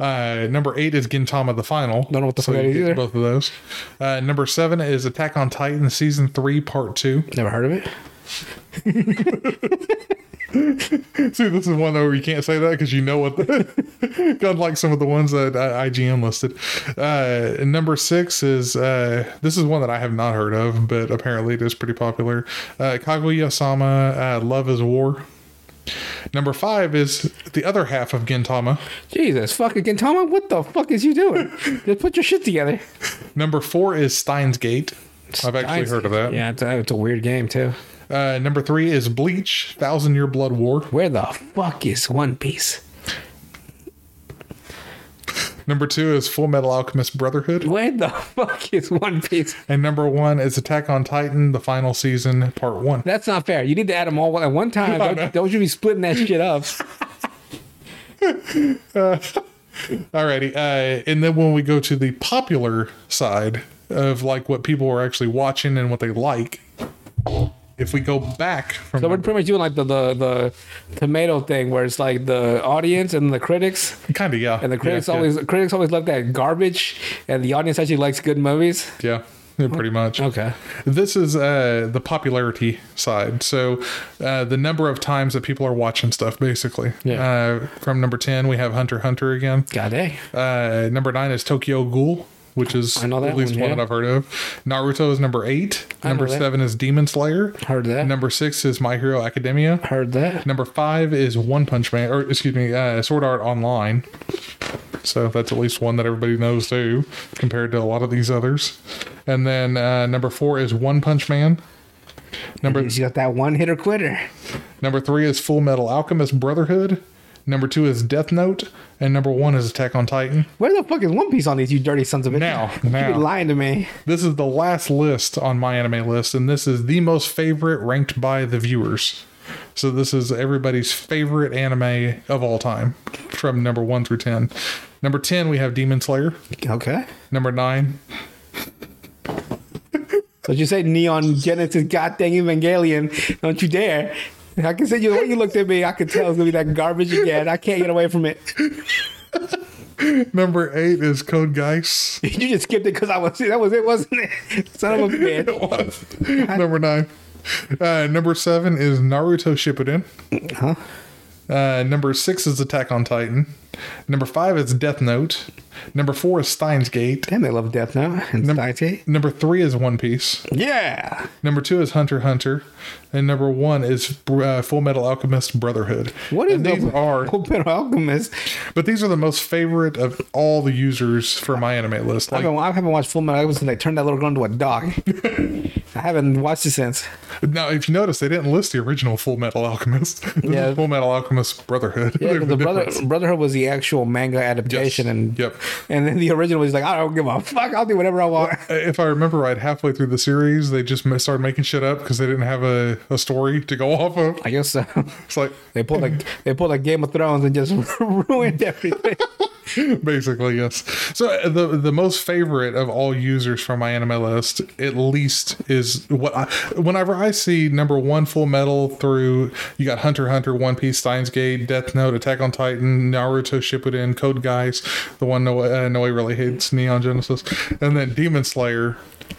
Uh, number eight is Gintama the Final. Don't know what the fuck that you is get either. Both of those. Uh, number seven is Attack on Titan season three part two. Never heard of it. See, this is one though where you can't say that because you know what. The, (laughs) unlike some of the ones that I- IGN listed. Uh, and number six is uh, this is one that I have not heard of, but apparently it is pretty popular. Uh, Kaguya-sama, uh, Love is War. Number five is the other half of Gintama. Jesus fucking Gintama, what the fuck is you (laughs) doing? just put your shit together. Number four is Steins Gate. I've actually Guys, heard of that. Yeah, it's a, it's a weird game too. Uh, number three is Bleach, Thousand Year Blood War. Where the fuck is One Piece? Number two is Full Metal Alchemist Brotherhood. Where the (laughs) fuck is One Piece? And number one is Attack on Titan, the final season, part one. That's not fair. You need to add them all at (laughs) one time. Don't, don't you be splitting that shit up? Alrighty, uh, and then when we go to the popular side of like what people are actually watching and what they like, if we go back from So we're pretty much doing like the, the the tomato thing, where it's like the audience and the critics, kind of yeah, and the critics yeah, always critics always love that garbage, and the audience actually likes good movies. yeah, yeah, pretty much. Okay. This is uh, the popularity side. So uh, the number of times that people are watching stuff, basically. Yeah. Uh, from number ten, we have Hunter x Hunter again. God dang. Uh, number nine is Tokyo Ghoul, which is I know that at least one, one, yeah. that I've heard of. Naruto is number eight. know Number that. seven is Demon Slayer. Heard that. Number six is My Hero Academia. Heard that. Number five is One Punch Man, or excuse me, uh, Sword Art Online. So that's at least one that everybody knows too, compared to a lot of these others. And then uh, number four is One Punch Man. Number You got that one hitter quitter. number three is Full Metal Alchemist Brotherhood. Number two is Death Note, and number one is Attack on Titan. Where the fuck is One Piece on these, you dirty sons of bitches? Now, (laughs) You now. be lying to me. This is the last list on my anime list, and this is the most favorite ranked by the viewers. So this is everybody's favorite anime of all time, from number one through ten. Number ten, we have Demon Slayer. Okay. Number nine, (laughs) So you say Neon Genesis goddamn Evangelion. Don't you dare. I can see you the way you looked at me, I could tell it's gonna be that garbage again. I can't get away from it. number eight is Code Geass. You just skipped it because I was that was it, wasn't it? Son of a (laughs) bitch. number nine, uh, number seven is Naruto Shippuden. Huh? Uh, number six is Attack on Titan. Number five is Death Note. Number four is Steins Gate. Damn, they love Death Note and Society. Number three is One Piece. Yeah. Number two is Hunter x Hunter, and number one is uh, Full Metal Alchemist Brotherhood. What is And the these are? Open Alchemist? But these are the most favorite of all the users for my anime list. I Like haven't, I haven't watched Full Metal Alchemist since they turned that little girl into a dog. (laughs) I haven't watched it since. now, if you notice, they didn't list the original Full Metal Alchemist. (laughs) This Yeah. is Full Metal Alchemist Brotherhood. Yeah, There's (laughs) 'cause a the brother, difference. Brotherhood was the actual manga Yes. adaptation, and yep. and then the original was like, I don't give a fuck, I'll do whatever I want. If I remember right, halfway through the series, they just ma- started making shit up because they didn't have a, a story to go (laughs) off of. I guess so. (laughs) It's like They pulled (laughs) like they pulled like Game of Thrones and just (laughs) ruined everything. basically yes so uh, the the most favorite of all users from my anime list at least is what i whenever i see number one full metal through you got hunter x hunter one piece steins gate death note attack on titan naruto shippuden code guys the one no uh, no really hates neon genesis and then demon slayer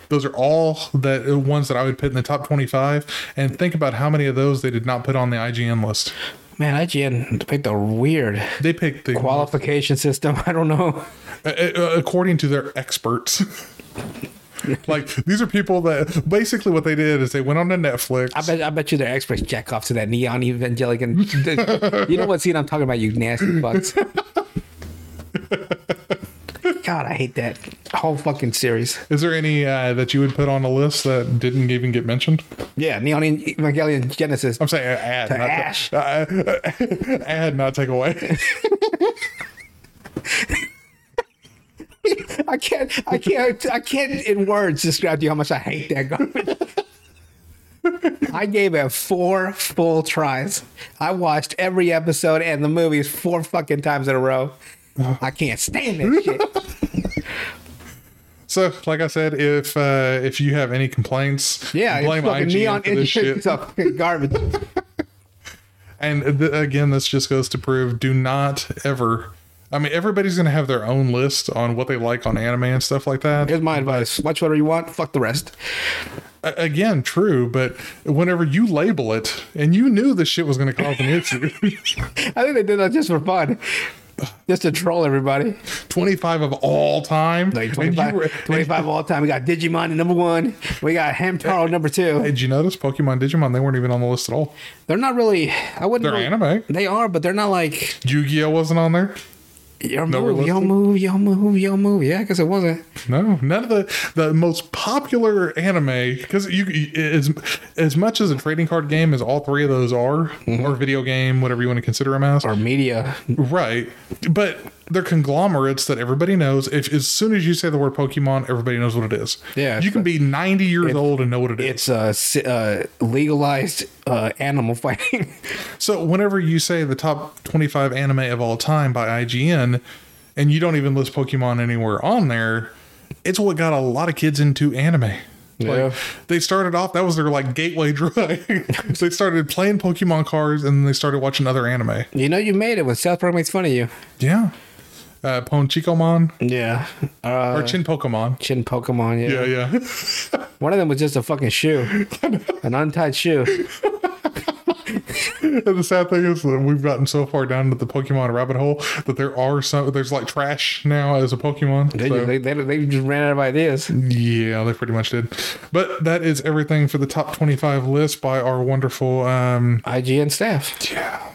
those are all that uh, ones that I would put in the top 25. And think about how many of those they did not put on the IGN list. Man, IGN picked a weird They picked the qualification system. (laughs) I don't know. Uh, uh, according to their experts. (laughs) like these are people that basically what they did is they went on to Netflix. I bet I bet you their experts jack off to that neon (laughs) evangelican. you know what scene I'm talking about? You nasty fucks. God, I hate that whole fucking series. Is there any uh, that you would put on a list that didn't even get mentioned? Yeah, Neon Evangelion Genesis. I'm saying add, To not ta- Ash. uh, (laughs) add, not take away. I can't, I can't, I can't in words describe to you how much I hate that garbage. I gave it four full tries. I watched every episode and the movies four fucking times in a row. Uh-huh. I can't stand that shit. So, like I said, if uh, if you have any complaints, Yeah, blame it's fucking IGN neon for this shit. (laughs) it's a fucking garbage. And th- again, this just goes to prove: do not ever. I mean, everybody's going to have their own list on what they like on anime and stuff like that. Here's my advice: watch whatever you want. Fuck the rest. A- again, true, but whenever you label it, and you knew this shit was going to cause an issue. (laughs) I think they did that just for fun, just to troll everybody. 25 of all time. Like and (laughs) you 25, were- 25 all time. We got Digimon at number one. We got Hamtaro number two. Did you notice Pokemon, Digimon? They weren't even on the list at all. They're not really. I wouldn't. They're really- anime. They are, but they're not like Yu-Gi-Oh wasn't on there. your No, move, your realistic? move, your move, your move. Yeah, I guess it wasn't. No, none of the the most popular anime because you as as much as a trading card game as all three of those are, or video game, whatever you want to consider them as, Or media. right? But they're conglomerates that everybody knows. If as soon as you say the word Pokemon, everybody knows what it is. Yeah, you it's can be ninety years old and know what it is. It's uh, si- uh legalized uh animal (laughs) fighting. So whenever you say the top 25 anime of all time by IGN and you don't even list Pokemon anywhere on there, it's what got a lot of kids into anime. Yeah. Like, they started off that was their like gateway (laughs) drug. they started playing Pokemon cards and then they started watching other anime. you know, you made it when South Park makes fun of you. Yeah. Uh Ponchikomon Yeah. or Uh, Chin Pokemon. chin Pokemon. Yeah, yeah. (laughs) One of them was just a fucking (laughs) shoe, an untied shoe. And the sad thing is that we've gotten so far down to the Pokemon rabbit hole that there are some there's like trash now as a Pokemon. They, so- they, they, they just ran out of ideas. Yeah, they pretty much did. But that is everything for the top 25 list by our wonderful. um IGN staff. Yeah.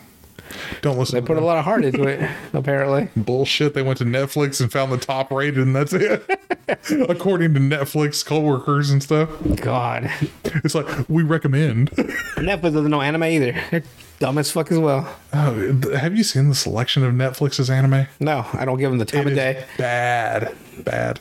Don't listen They to put a lot of heart into (laughs) it, apparently. that bullshit. They went to Netflix and found the top rated, and that's it. (laughs) According to Netflix coworkers and stuff, God. it's like we recommend. Netflix doesn't know anime either. They're dumb as fuck as well. Oh, th- have you seen the selection of Netflix's anime? No, I don't give them the time It of is day. Bad, bad.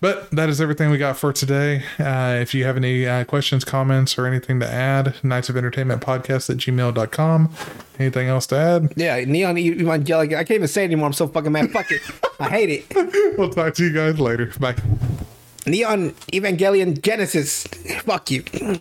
But that is everything we got for today. Uh, if you have any uh, questions, comments, or anything to add, Knights of Entertainment Podcast at gmail.com. Anything else to add? (laughs) Yeah, Neon Evangelic. I can't even say it anymore. I'm so fucking mad. Fuck it. I hate it. We'll talk to you guys later. Bye. Neon Evangelion Genesis. Fuck you.